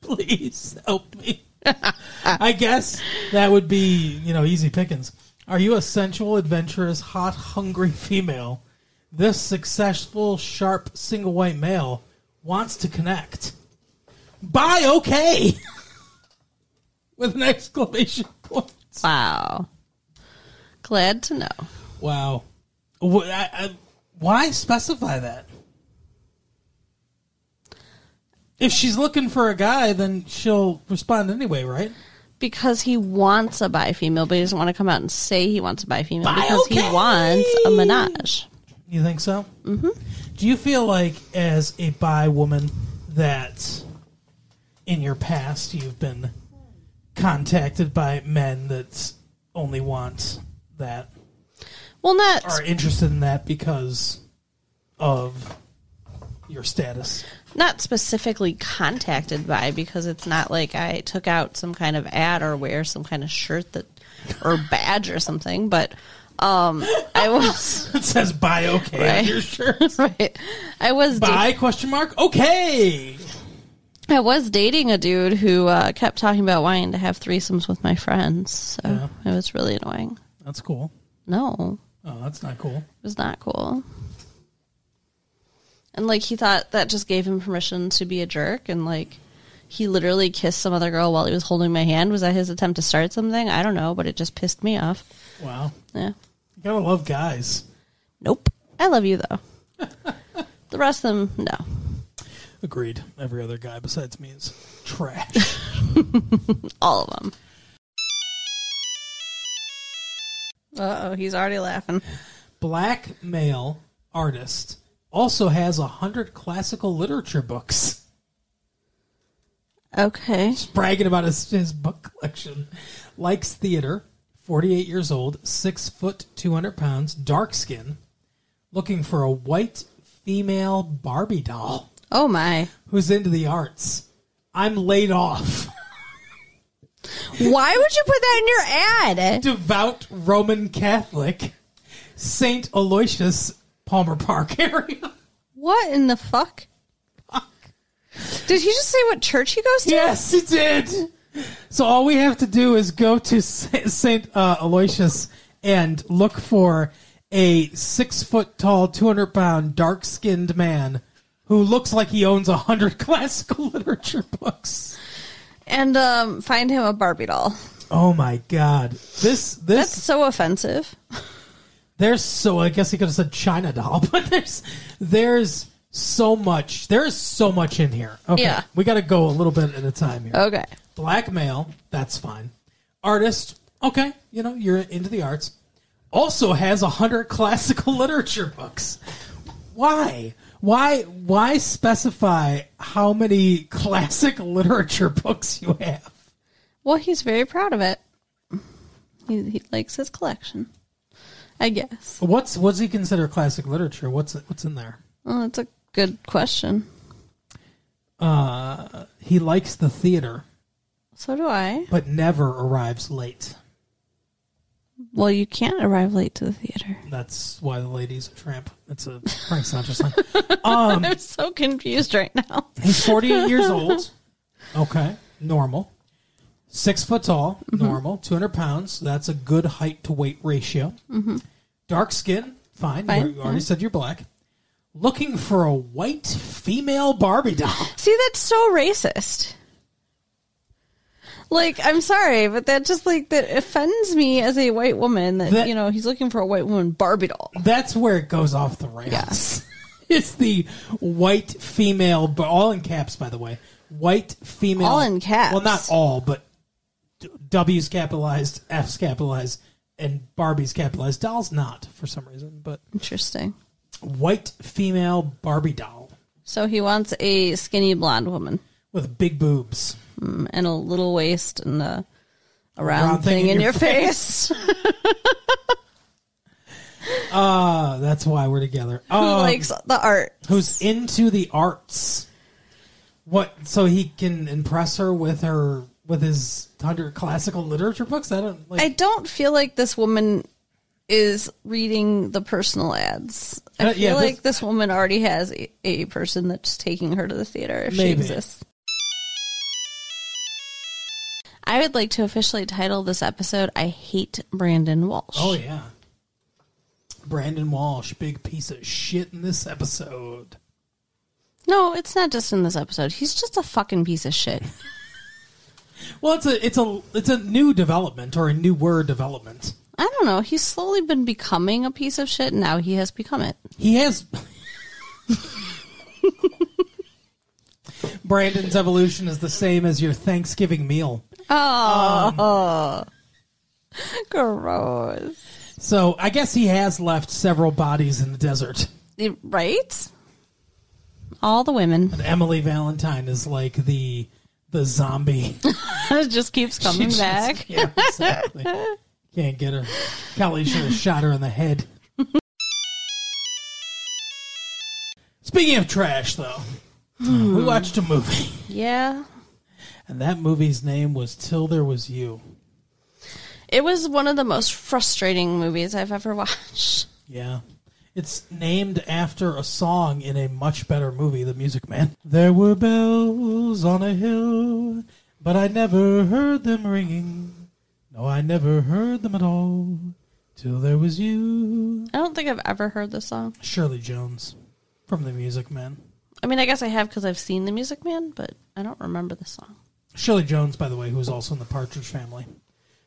Speaker 1: Please help me. I guess that would be, you know, easy pickings. Are you a sensual, adventurous, hot, hungry female? This successful, sharp, single white male wants to connect. Buy okay! With an exclamation point.
Speaker 2: wow. Glad to know.
Speaker 1: Wow. Wh- I- I- Why specify that? If she's looking for a guy, then she'll respond anyway, right?
Speaker 2: Because he wants a bi female, but he doesn't want to come out and say he wants a bi female
Speaker 1: Bi
Speaker 2: because
Speaker 1: okay.
Speaker 2: he wants a menage.
Speaker 1: You think so? Mm-hmm. Do you feel like, as a bi woman, that in your past you've been contacted by men that only want that,
Speaker 2: Well, not
Speaker 1: are interested in that because of your status?
Speaker 2: not specifically contacted by because it's not like I took out some kind of ad or wear some kind of shirt that or badge or something, but um I was
Speaker 1: It says buy okay on
Speaker 2: Right.
Speaker 1: your shirt.
Speaker 2: right. I was da-
Speaker 1: Bye? Question mark. Okay.
Speaker 2: I was dating a dude who uh, kept talking about wanting to have threesomes with my friends. So
Speaker 1: Yeah.
Speaker 2: it was really annoying.
Speaker 1: That's cool.
Speaker 2: No.
Speaker 1: Oh, that's not cool.
Speaker 2: It was not cool. And like he thought that just gave him permission to be a jerk and like he literally kissed some other girl while he was holding my hand. Was that his attempt to start something? I don't know, but it just pissed me off.
Speaker 1: Wow.
Speaker 2: Yeah.
Speaker 1: You gotta love guys.
Speaker 2: Nope. I love you though. the rest of them, no.
Speaker 1: Agreed. Every other guy besides me is trash.
Speaker 2: All of them. Uh oh, he's already laughing.
Speaker 1: Black male artist also has a hundred classical literature books.
Speaker 2: Okay.
Speaker 1: bragging about his, his book collection. Likes theater, 48 years old, 6 foot 200 pounds, dark skin, looking for a white female Barbie doll
Speaker 2: Oh my.
Speaker 1: who's into the arts. I'm laid off.
Speaker 3: Why would you put that in your ad?
Speaker 1: Devout Roman Catholic, St. Aloysius, Palmer Park area.
Speaker 2: What in the fuck? Did he just say what church he goes to?
Speaker 1: Yes, it did. So all we have to do is go to Saint uh, Aloysius and look for a six foot tall, two hundred pound, dark skinned man who looks like he owns a hundred classical literature books.
Speaker 2: And um, find him a Barbie doll.
Speaker 1: Oh my God! This this
Speaker 2: That's so offensive.
Speaker 1: there's so I guess he could have said China doll, but there's there's so much there is so much in here. Okay,
Speaker 2: Yeah. Oh.
Speaker 1: we got to go a little bit at a time here.
Speaker 2: Okay.
Speaker 1: black male, that's fine. Artist, okay, you know, you're into the arts. Also has a hundred classical literature books. Why? Why why specify how many classic literature books you have?
Speaker 2: Well, he's very proud of it. He, he likes his collection, I guess.
Speaker 1: What's what's he consider classic literature? What's what's in there?
Speaker 2: Well, that's a good question.
Speaker 1: He likes the theater,
Speaker 2: So do I.
Speaker 1: but never arrives late.
Speaker 2: Well, you can't arrive late to the theater.
Speaker 1: That's why the lady's a tramp. That's a Frank Sinatra song.
Speaker 2: I'm so confused right now.
Speaker 1: He's 48 years old. Okay, normal. Six foot tall,
Speaker 2: Mm-hmm.
Speaker 1: normal. 200 pounds. That's a good height to weight ratio. Dark skin, fine.
Speaker 2: Mm-hmm. Fine,
Speaker 1: You already said you're black. Looking for a white female Barbie doll.
Speaker 2: See, that's so racist. Like, I'm sorry, but that just like that offends me as a white woman that,
Speaker 1: That-
Speaker 2: you know he's looking for a white woman Barbie doll.
Speaker 1: That's where it goes off the rails. It's the white female, but all in caps, by the way. White female.
Speaker 2: All in caps.
Speaker 1: Well, not all, but d- W's capitalized, F's capitalized, and Barbie's capitalized. Doll's not for some reason, but
Speaker 2: Interesting.
Speaker 1: white female Barbie doll
Speaker 2: So he wants a skinny blonde woman
Speaker 1: with big boobs.
Speaker 2: mm, and a little waist and a, a round,
Speaker 1: round
Speaker 2: thing, in, your face.
Speaker 1: Uh, that's why we're together.
Speaker 2: Who
Speaker 1: Um,
Speaker 2: likes the art?
Speaker 1: who's into the arts? What? So he can impress her with her with his hundred classical literature books. I don't like.
Speaker 2: I don't feel like this woman is reading the personal ads. I
Speaker 1: Uh,
Speaker 2: feel
Speaker 1: yeah, this-
Speaker 2: like this woman already has a, a person that's taking her to the theater if she
Speaker 1: Maybe.
Speaker 2: exists. I would like to officially title this episode "I Hate Brandon Walsh."
Speaker 1: oh yeah, Brandon Walsh, big piece of shit in this episode.
Speaker 2: No, it's not just in this episode. He's just a fucking piece of shit.
Speaker 1: Well, it's a it's a it's a new development or a new word development.
Speaker 2: I don't know. He's slowly been becoming a piece of shit. and Now he has become it.
Speaker 1: He has. Brandon's evolution is the same as your Thanksgiving meal. Um,
Speaker 2: Oh. Gross.
Speaker 1: So I guess he has left several bodies in the desert.
Speaker 2: It- Right? All the women.
Speaker 1: And Emily Valentine is like the the zombie.
Speaker 2: It just keeps
Speaker 1: She
Speaker 2: coming
Speaker 1: just-
Speaker 2: back.
Speaker 1: yeah, exactly. Can't get her. Kelly should have shot her in the head. Speaking of trash, though, we watched a movie,
Speaker 2: Yeah.
Speaker 1: and that movie's name was Till There Was You.
Speaker 2: It was one of the most frustrating movies I've ever watched.
Speaker 1: Yeah. It's named after a song in a much better movie, The Music Man. There were bells on a hill, but I never heard them ringing. No, I never heard them at all till there was you.
Speaker 2: I don't think I've ever heard this song.
Speaker 1: Shirley Jones from The Music Man.
Speaker 2: I mean, I guess I have because I've seen The Music Man, but I don't remember the song.
Speaker 1: Shirley Jones, by the way, who was also in The Partridge Family,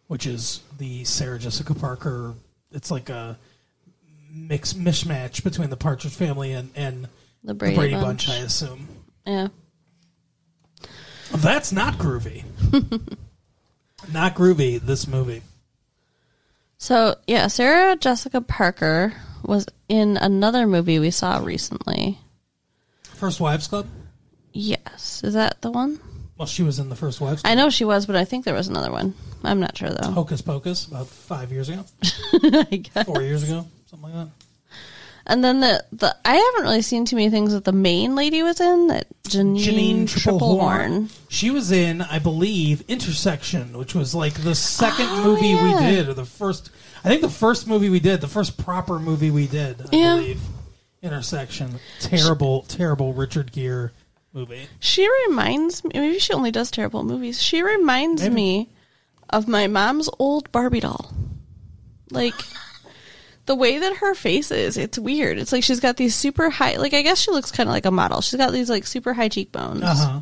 Speaker 1: which is the Sarah Jessica Parker. It's like a mix mishmatch between The Partridge Family and, and
Speaker 2: The Brady,
Speaker 1: the Brady
Speaker 2: Bunch.
Speaker 1: Bunch, I assume.
Speaker 2: Yeah.
Speaker 1: That's not groovy. not groovy, this movie.
Speaker 2: So yeah, Sarah Jessica Parker was in another movie we saw recently.
Speaker 1: First Wives Club.
Speaker 2: Yes, is that the one?
Speaker 1: Well, she was in the First Wives. Club.
Speaker 2: I know she was, but I think there was another one. I'm not sure though.
Speaker 1: Hocus Pocus about five years ago,
Speaker 2: I guess.
Speaker 1: four years ago, something like that.
Speaker 2: And then the, the I haven't really seen too many things that the main lady was in that Janine,
Speaker 1: Janine
Speaker 2: Triplehorn.
Speaker 1: Triplehorn. She was in, I believe, Intersection, which was like the second movie we
Speaker 2: Oh, yeah.
Speaker 1: did, or the first. I think the first movie we did, the first proper movie we did, I
Speaker 2: Yeah.
Speaker 1: believe. Intersection, terrible, terrible Richard Gere movie.
Speaker 2: She reminds me. Maybe she only does terrible movies. She reminds
Speaker 1: Maybe.
Speaker 2: me of my mom's old Barbie doll. Like the way that her face is, it's weird. It's like she's got these super high. Like I guess she looks kind of like a model. She's got these like super high cheekbones,
Speaker 1: Uh huh.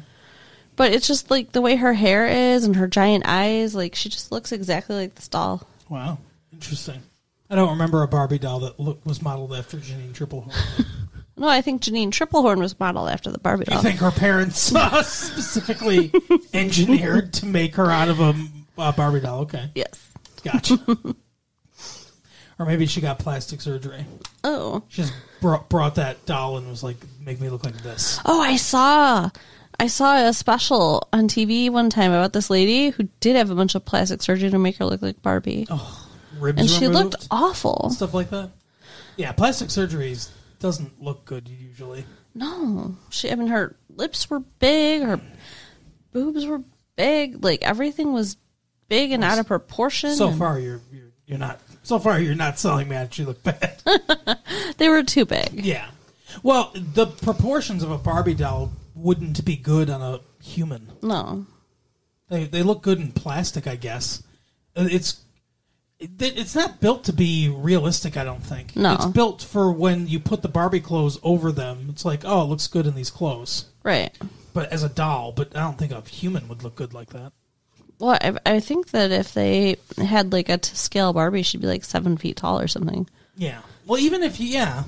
Speaker 2: but it's just like the way her hair is and her giant eyes. Like she just looks exactly like this doll.
Speaker 1: Wow, interesting. I don't remember a Barbie doll that look, was modeled after Janine Triplehorn.
Speaker 2: No, I think Janine Triplehorn was modeled after the Barbie
Speaker 1: I
Speaker 2: doll.
Speaker 1: think her parents uh, specifically engineered to make her out of a, a Barbie doll. Okay,
Speaker 2: yes.
Speaker 1: gotcha. or maybe she got plastic surgery.
Speaker 2: Oh.
Speaker 1: She just brought, brought that doll and was like, "Make me look like this."
Speaker 2: Oh, I saw. I saw a special on TV one time about this lady who did have a bunch of plastic surgery to make her look like
Speaker 1: Oh.
Speaker 2: Barbie.
Speaker 1: Ribs
Speaker 2: Oh. and she
Speaker 1: removed,
Speaker 2: looked awful.
Speaker 1: stuff like that. Yeah, plastic surgeries doesn't look good usually.
Speaker 2: No. She I mean her lips were big, her boobs were big, like everything was big and out of proportion.
Speaker 1: So
Speaker 2: and
Speaker 1: far, you're you're, you're not. So far, you're not selling me that she looked bad.
Speaker 2: They were too big.
Speaker 1: Yeah. Well, the proportions of a Barbie doll wouldn't be good on a human.
Speaker 2: No.
Speaker 1: They they look good in plastic, I guess. Uh, It's it- it's not built to be realistic, I don't think.
Speaker 2: No.
Speaker 1: It's built for when you put the Barbie clothes over them. It's like, oh, it looks good in these clothes.
Speaker 2: Right.
Speaker 1: But as a doll, but I don't think a human would look good like that.
Speaker 2: Well, I, I think that if they had like a to scale Barbie, she'd be like seven feet tall or something.
Speaker 1: Yeah. Well, even if you, yeah,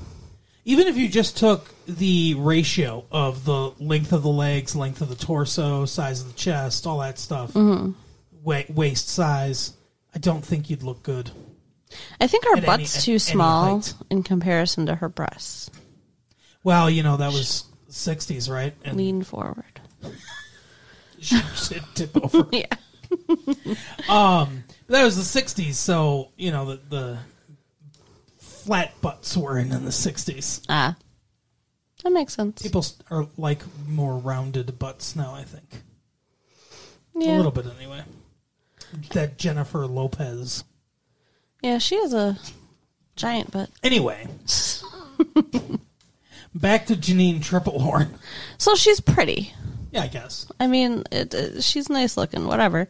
Speaker 1: even if you just took the ratio of the length of the legs, length of the torso, size of the chest, all that stuff, wa- waist size, I don't think you'd look good.
Speaker 2: I think her
Speaker 1: At any-
Speaker 2: butt's
Speaker 1: at
Speaker 2: too
Speaker 1: any
Speaker 2: small
Speaker 1: height.
Speaker 2: in comparison to her breasts.
Speaker 1: Well, you know that was '60s, right? And
Speaker 2: lean forward.
Speaker 1: she should tip over.
Speaker 2: Yeah.
Speaker 1: Um, that was the '60s, so you know the the flat butts were in in the '60s.
Speaker 2: Ah. That makes sense.
Speaker 1: People s- are like more rounded butts now. I think. A
Speaker 2: yeah.
Speaker 1: little bit, anyway. That Jennifer Lopez.
Speaker 2: Yeah, she has a giant butt.
Speaker 1: Anyway, back to Janine Triplehorn.
Speaker 2: So she's pretty.
Speaker 1: Yeah, I guess.
Speaker 2: I mean, it, it, she's nice looking, whatever.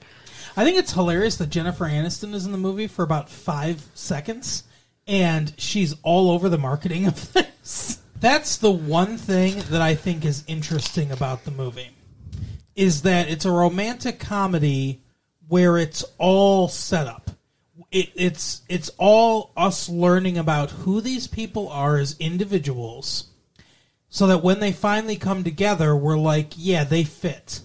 Speaker 1: I think it's hilarious that Jennifer Aniston is in the movie for about five seconds, and she's all over the marketing of this. That's the one thing that I think is interesting about the movie, is that it's a romantic comedy where it's all set up. It, it's it's all us learning about who these people are as individuals, so that when they finally come together, we're like, yeah, they fit.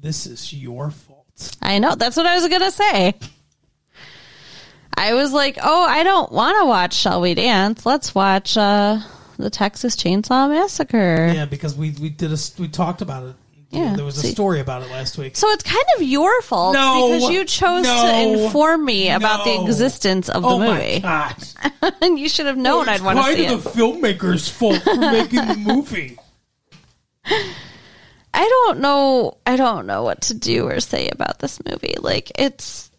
Speaker 1: This is your fault.
Speaker 2: I know. That's what I was going to say. I was like, oh, I don't want to watch Shall We Dance. Let's watch uh, the Texas Chainsaw Massacre.
Speaker 1: Yeah, because we we did a we talked about it.
Speaker 2: Yeah,
Speaker 1: there was a
Speaker 2: see.
Speaker 1: story about it last week.
Speaker 2: So it's kind of your fault
Speaker 1: No.
Speaker 2: because you chose to
Speaker 1: No.
Speaker 2: inform me about the
Speaker 1: No.
Speaker 2: existence of the
Speaker 1: oh my
Speaker 2: movie.
Speaker 1: god!
Speaker 2: and you should have known I'd want to
Speaker 1: Why
Speaker 2: see
Speaker 1: did
Speaker 2: it.
Speaker 1: the filmmakers fault for making the movie?
Speaker 2: I don't know. I don't know what to do or say about this movie. Like it's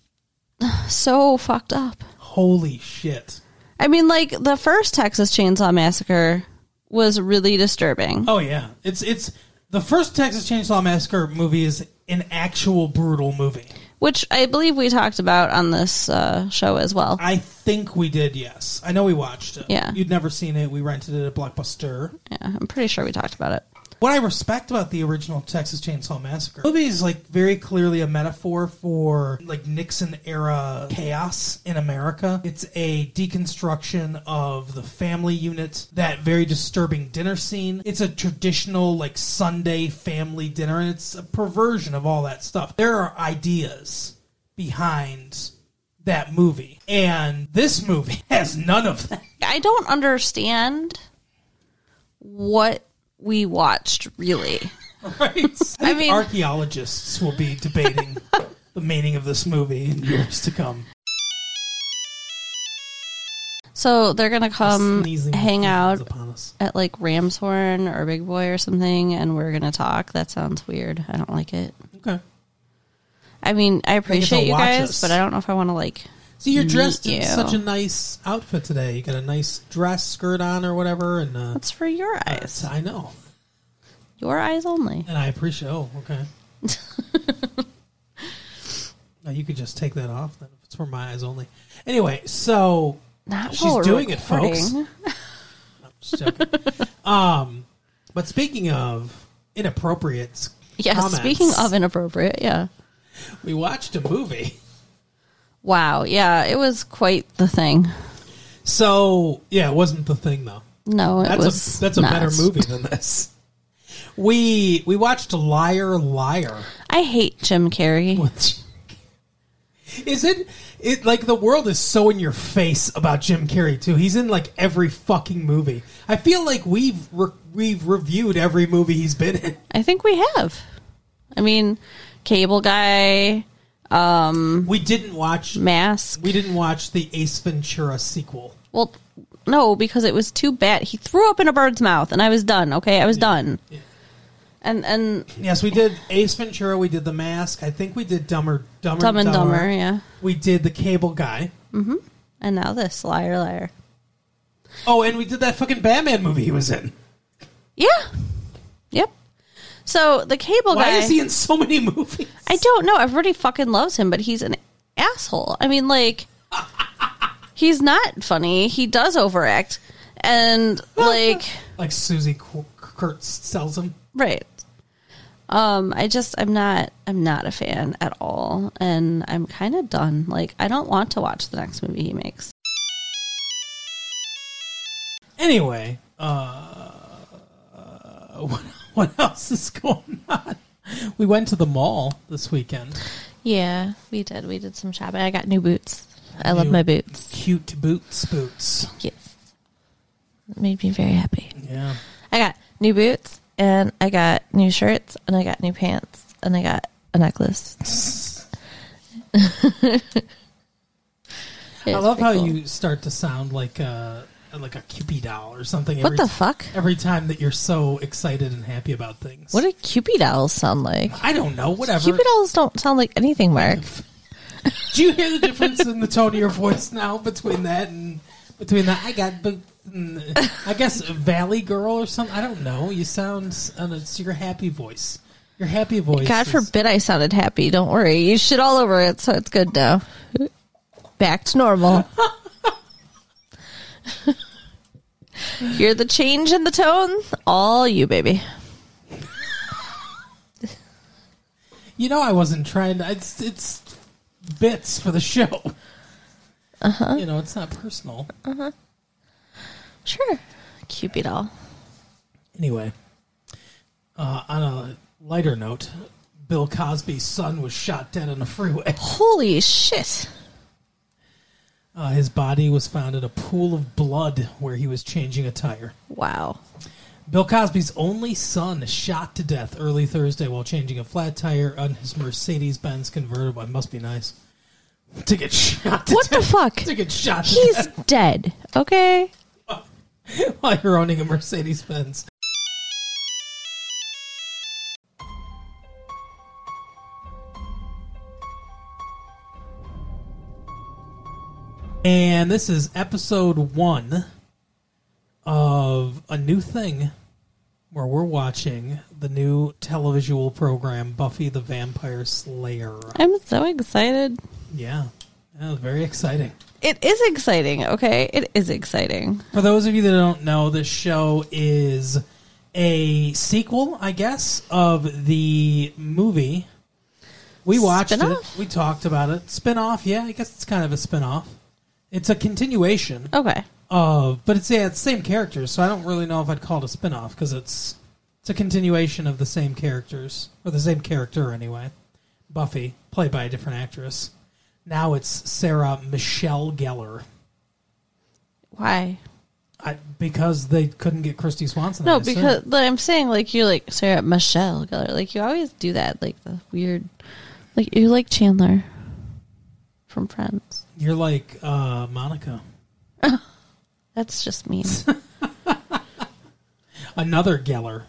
Speaker 2: so fucked up.
Speaker 1: Holy shit!
Speaker 2: I mean, like the first Texas Chainsaw Massacre was really disturbing.
Speaker 1: Oh yeah, it's it's the first Texas Chainsaw Massacre movie is an actual brutal movie.
Speaker 2: which I believe we talked about on this uh, show as well.
Speaker 1: I think we did. Yes, I know we watched it.
Speaker 2: Yeah.
Speaker 1: you'd never seen it. We rented it at Blockbuster.
Speaker 2: Yeah, I'm pretty sure we talked about it.
Speaker 1: what I respect about the original Texas Chainsaw Massacre movie is like very clearly a metaphor for like Nixon era chaos in America. It's a deconstruction of the family unit, that very disturbing dinner scene. It's a traditional like Sunday family dinner, and it's a perversion of all that stuff. There are ideas behind that movie. And this movie has none of that.
Speaker 2: I don't understand what we watched really.
Speaker 1: Right? I, think
Speaker 2: mean-
Speaker 1: archaeologists will be debating the meaning of this movie in years to come.
Speaker 2: So they're gonna come
Speaker 1: Sneezing
Speaker 2: Um, hang
Speaker 1: seasons
Speaker 2: out
Speaker 1: upon us.
Speaker 2: at like Ram's Horn or Big Boy or something, and we're gonna talk. That sounds weird. I don't like it.
Speaker 1: Okay.
Speaker 2: I mean, I appreciate you
Speaker 1: watch
Speaker 2: guys,
Speaker 1: us.
Speaker 2: but I don't know if I want to like.
Speaker 1: See, you're dressed in
Speaker 2: you.
Speaker 1: such a nice outfit today. You got a nice dress skirt on or whatever, and uh,
Speaker 2: That's for your eyes,
Speaker 1: I know,
Speaker 2: your eyes only.
Speaker 1: and I appreciate. Oh, okay. now you could just take that off. Then if it's for my eyes only. Anyway, so
Speaker 2: Not
Speaker 1: She's
Speaker 2: while we're
Speaker 1: doing it, folks.
Speaker 2: recording.
Speaker 1: just joking. um, but speaking of inappropriate,
Speaker 2: Yeah.
Speaker 1: comments,
Speaker 2: Speaking of inappropriate, yeah.
Speaker 1: we watched a movie.
Speaker 2: Wow. Yeah, it was quite the thing.
Speaker 1: So yeah, it wasn't the thing though.
Speaker 2: No, it
Speaker 1: That's
Speaker 2: was.
Speaker 1: a that's a
Speaker 2: not.
Speaker 1: better movie than this. We we watched Liar Liar.
Speaker 2: I hate Jim Carrey.
Speaker 1: What's- Is it it like the world is so in your face about Jim Carrey too? He's in like every fucking movie. I feel like we've re- we've reviewed every movie he's been in.
Speaker 2: I think we have. I mean, Cable Guy,
Speaker 1: We didn't watch
Speaker 2: Mask.
Speaker 1: we didn't watch the Ace Ventura sequel.
Speaker 2: Well, no, because it was too bad. He threw up in a bird's mouth, and I was done. Okay, I was done.
Speaker 1: yeah.
Speaker 2: And and
Speaker 1: Yes, we did Ace Ventura. We did The Mask. I think we did Dumber Dumber
Speaker 2: Dumb and Dumber, yeah.
Speaker 1: We did The Cable Guy.
Speaker 2: And now this liar, liar.
Speaker 1: Oh, and we did that fucking Batman movie he was in.
Speaker 2: Yeah. Yep. So the cable
Speaker 1: Why
Speaker 2: guy.
Speaker 1: is he in so many movies?
Speaker 2: I don't know. Everybody fucking loves him, but he's an asshole. I mean, like, he's not funny. He does overact, and like,
Speaker 1: Like Susie Qu- Kurtz sells him.
Speaker 2: right. Um, I just I'm not I'm not a fan at all, and I'm kind of done. Like, I don't want to watch the next movie he makes.
Speaker 1: Anyway, uh, what, what else is going on? We went to the mall this weekend.
Speaker 2: Yeah, we did. We did some shopping. I got new boots. I love
Speaker 1: New-
Speaker 2: my boots.
Speaker 1: Cute boots, boots.
Speaker 2: Yes, it made me very happy.
Speaker 1: Yeah.
Speaker 2: I got new boots and I got new shirts and I got new pants and I got a necklace.
Speaker 1: I love how you start to sound like a like a Cupid doll or something.
Speaker 2: What
Speaker 1: every
Speaker 2: the
Speaker 1: ti-
Speaker 2: fuck?
Speaker 1: Every time that you're so excited and happy about things.
Speaker 3: What do Cupid owls sound like?
Speaker 1: I don't know. Whatever.
Speaker 3: Cupid owls don't sound like anything, Mark.
Speaker 1: Do you hear the difference in the tone of your voice now between that and between that? I got, but I guess a Valley Girl or something. I don't know. You sound, and it's your happy voice. Your happy voice.
Speaker 3: God
Speaker 1: is-
Speaker 3: forbid I sounded happy. Don't worry. You shit all over it, so it's good now. Back to normal.
Speaker 2: You're the change in the tone? All you, baby.
Speaker 1: You know, I wasn't trying to. It's it's bits for the show. Uh-huh. You know, it's not personal.
Speaker 2: Sure. Cupid doll.
Speaker 1: Anyway, uh, on a lighter note, Bill Cosby's son was shot dead on the freeway.
Speaker 2: Holy shit.
Speaker 1: Uh, his body was found in a pool of blood where he was changing a tire.
Speaker 2: Wow.
Speaker 1: Bill Cosby's only son is shot to death early Thursday while changing a flat tire on his Mercedes Benz convertible. It must be nice to get shot. To
Speaker 2: What the
Speaker 1: death-
Speaker 2: fuck?
Speaker 1: To get shot to
Speaker 2: He's
Speaker 1: death
Speaker 2: dead. Okay.
Speaker 1: while you're owning a Mercedes Benz. And this is episode one of a new thing where we're watching the new televisual program Buffy the Vampire Slayer.
Speaker 2: I'm so excited.
Speaker 1: Yeah. That was very exciting.
Speaker 2: It is exciting, okay? It is exciting.
Speaker 1: For those of you that don't know, this show is a sequel, I guess, of the movie. We watched
Speaker 2: Spin-off?
Speaker 1: it. We talked about it. Spin off, yeah, I guess it's kind of a spin off. It's a continuation
Speaker 2: Okay.
Speaker 1: of, but it's yeah, it's same characters, so I don't really know if I'd call it a spin off because it's it's a continuation of the same characters or the same character anyway. Buffy, played by a different actress. Now it's Sarah Michelle Gellar.
Speaker 2: Why?
Speaker 1: I, because they couldn't get Christy Swanson. I
Speaker 2: No,
Speaker 1: assume.
Speaker 2: because like, I'm saying like you like Sarah Michelle Gellar. Like you always do that. Like the weird, like you like Chandler from Friends.
Speaker 1: you're like uh, Monica.
Speaker 2: That's just mean.
Speaker 1: Another Geller.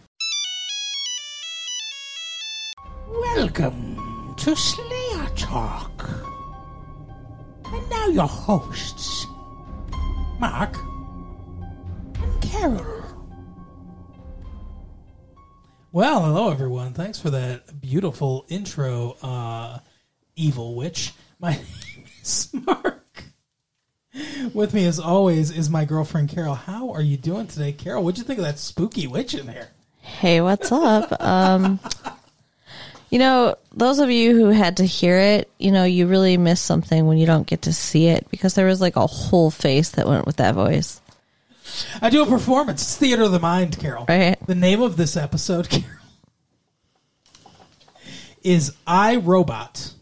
Speaker 1: Welcome to Slayer Talk. And now your hosts, Mark and Carol. Well, hello everyone. Thanks for that beautiful intro, uh, evil witch. My name is Mark. With me, as always, is my girlfriend Carol. How are you doing today, Carol? What'd you think of that spooky witch in there?
Speaker 2: hey, what's up? Um, you know, those of you who had to hear it, you know, you really miss something when you don't get to see it because there was like a whole face that went with that voice.
Speaker 1: I do a performance. It's theater of the mind, Carol.
Speaker 2: Right.
Speaker 1: The name of this episode, Carol, is I Robot.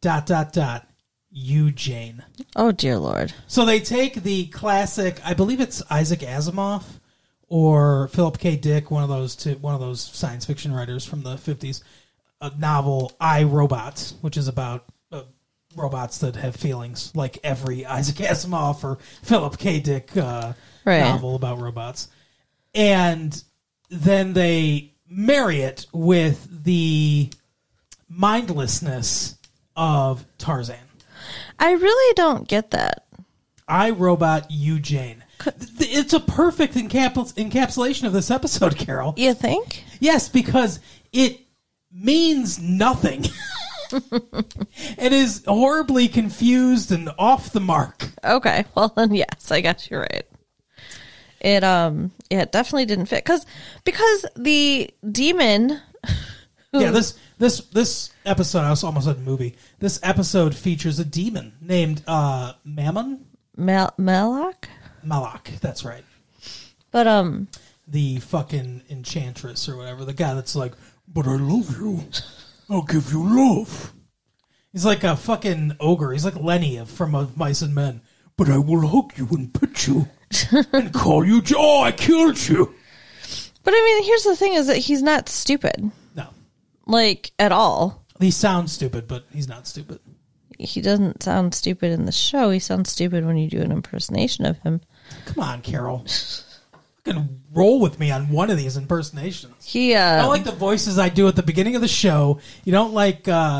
Speaker 1: Dot dot dot. You Jane.
Speaker 2: Oh dear lord.
Speaker 1: So they take the classic. I believe it's Isaac Asimov or Philip K. Dick, one of those two, one of those science fiction writers from the fifties. A novel, I Robot, which is about uh, robots that have feelings, like every Isaac Asimov or Philip K. Dick uh,
Speaker 2: Right.
Speaker 1: novel about robots, and then they marry it with the mindlessness of Tarzan.
Speaker 2: I really don't get that.
Speaker 1: I Robot You Jane. Th- It's a perfect encaps- encapsulation of this episode, Carol.
Speaker 2: You think?
Speaker 1: Yes, because it means nothing. it is horribly confused and off the mark.
Speaker 2: Okay. Well, then yes, I guess you're right. It um yeah, it definitely didn't fit cuz because the demon
Speaker 1: Yeah, this this this episode. I was almost said movie. This episode features a demon named uh, Mammon
Speaker 2: Mal- Malak
Speaker 1: Malak. That's right.
Speaker 2: but um
Speaker 1: the fucking enchantress or whatever, the guy that's like, "But I love you. I'll give you love." He's like a fucking ogre. He's like Lenny of- from of Mice and Men. But I will hug you and pet you and call you. Jo- Oh, I killed you.
Speaker 2: but I mean, here's the thing is that he's not stupid
Speaker 1: No,
Speaker 2: like at all.
Speaker 1: he sounds stupid, but he's not stupid.
Speaker 2: He doesn't sound stupid in the show. He sounds stupid when you do an impersonation of him.
Speaker 1: Come on, Carol. Fucking roll with me on one of these impersonations.
Speaker 2: He uh
Speaker 1: I like the voices I do at the beginning of the show. You don't like uh,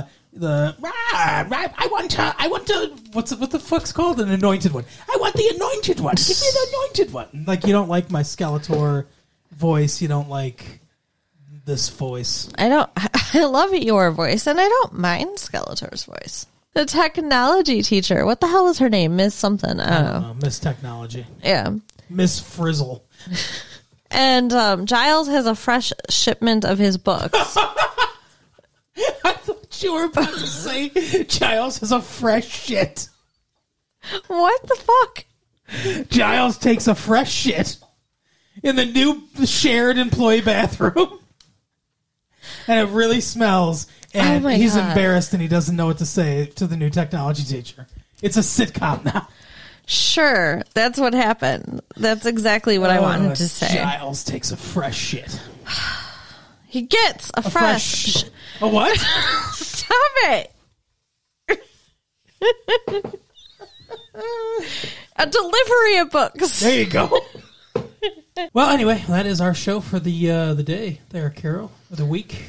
Speaker 1: the "Rah, rah, I want to I want to what's what the fuck's called an anointed one. I want the anointed one. Give me the anointed one. Like you don't like my Skeletor voice. You don't like this voice.
Speaker 2: I don't. I love your voice, and I don't mind Skeletor's voice. The technology teacher. What the hell is her name? Miss something. I don't know.
Speaker 1: Uh, Miss Technology,
Speaker 2: Yeah.
Speaker 1: Miss Frizzle.
Speaker 2: And um, Giles has a fresh shipment of his books.
Speaker 1: I thought you were about to say Giles has a fresh shit.
Speaker 2: what the fuck?
Speaker 1: Giles takes a fresh shit in the new shared employee bathroom. And it really smells. And
Speaker 2: Oh my
Speaker 1: he's
Speaker 2: God.
Speaker 1: embarrassed and he doesn't know what to say to the new technology teacher. It's a sitcom now.
Speaker 2: Sure, that's what happened. That's exactly
Speaker 1: Oh,
Speaker 2: what I wanted to say.
Speaker 1: Uh, Giles takes a fresh shit.
Speaker 2: He gets a, fresh.
Speaker 1: sh- A what?
Speaker 2: Stop it. a delivery of books.
Speaker 1: there you go. well, anyway, that is our show for the uh, the day there, Carol, for the week.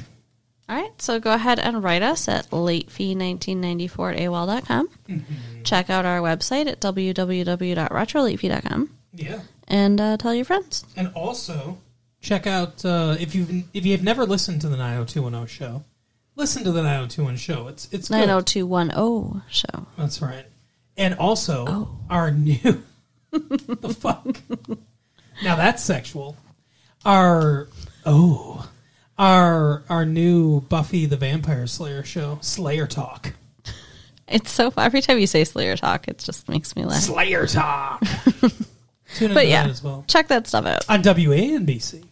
Speaker 2: All right, so go ahead and write us at latefee1994 at AWOL.com.
Speaker 1: Mm-hmm.
Speaker 2: Check out our website at www.retrolatefee.com
Speaker 1: Yeah.
Speaker 2: and uh, tell your friends.
Speaker 1: And also, check out uh, if you've if you've never listened to the 90210 show, listen to the 90210 show. It's it's good.
Speaker 2: 90210 show.
Speaker 1: That's right. And also
Speaker 2: Oh.
Speaker 1: our new the fuck. now that's sexual. Our oh our our new Buffy the Vampire Slayer show, Slayer Talk.
Speaker 2: It's so every time you say Slayer Talk, it just makes me laugh.
Speaker 1: Slayer Talk. Tune
Speaker 2: But
Speaker 1: into
Speaker 2: yeah,
Speaker 1: that as well.
Speaker 2: check that stuff out.
Speaker 1: On WANBC.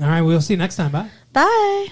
Speaker 1: All right, we'll see you next time. Bye.
Speaker 2: Bye.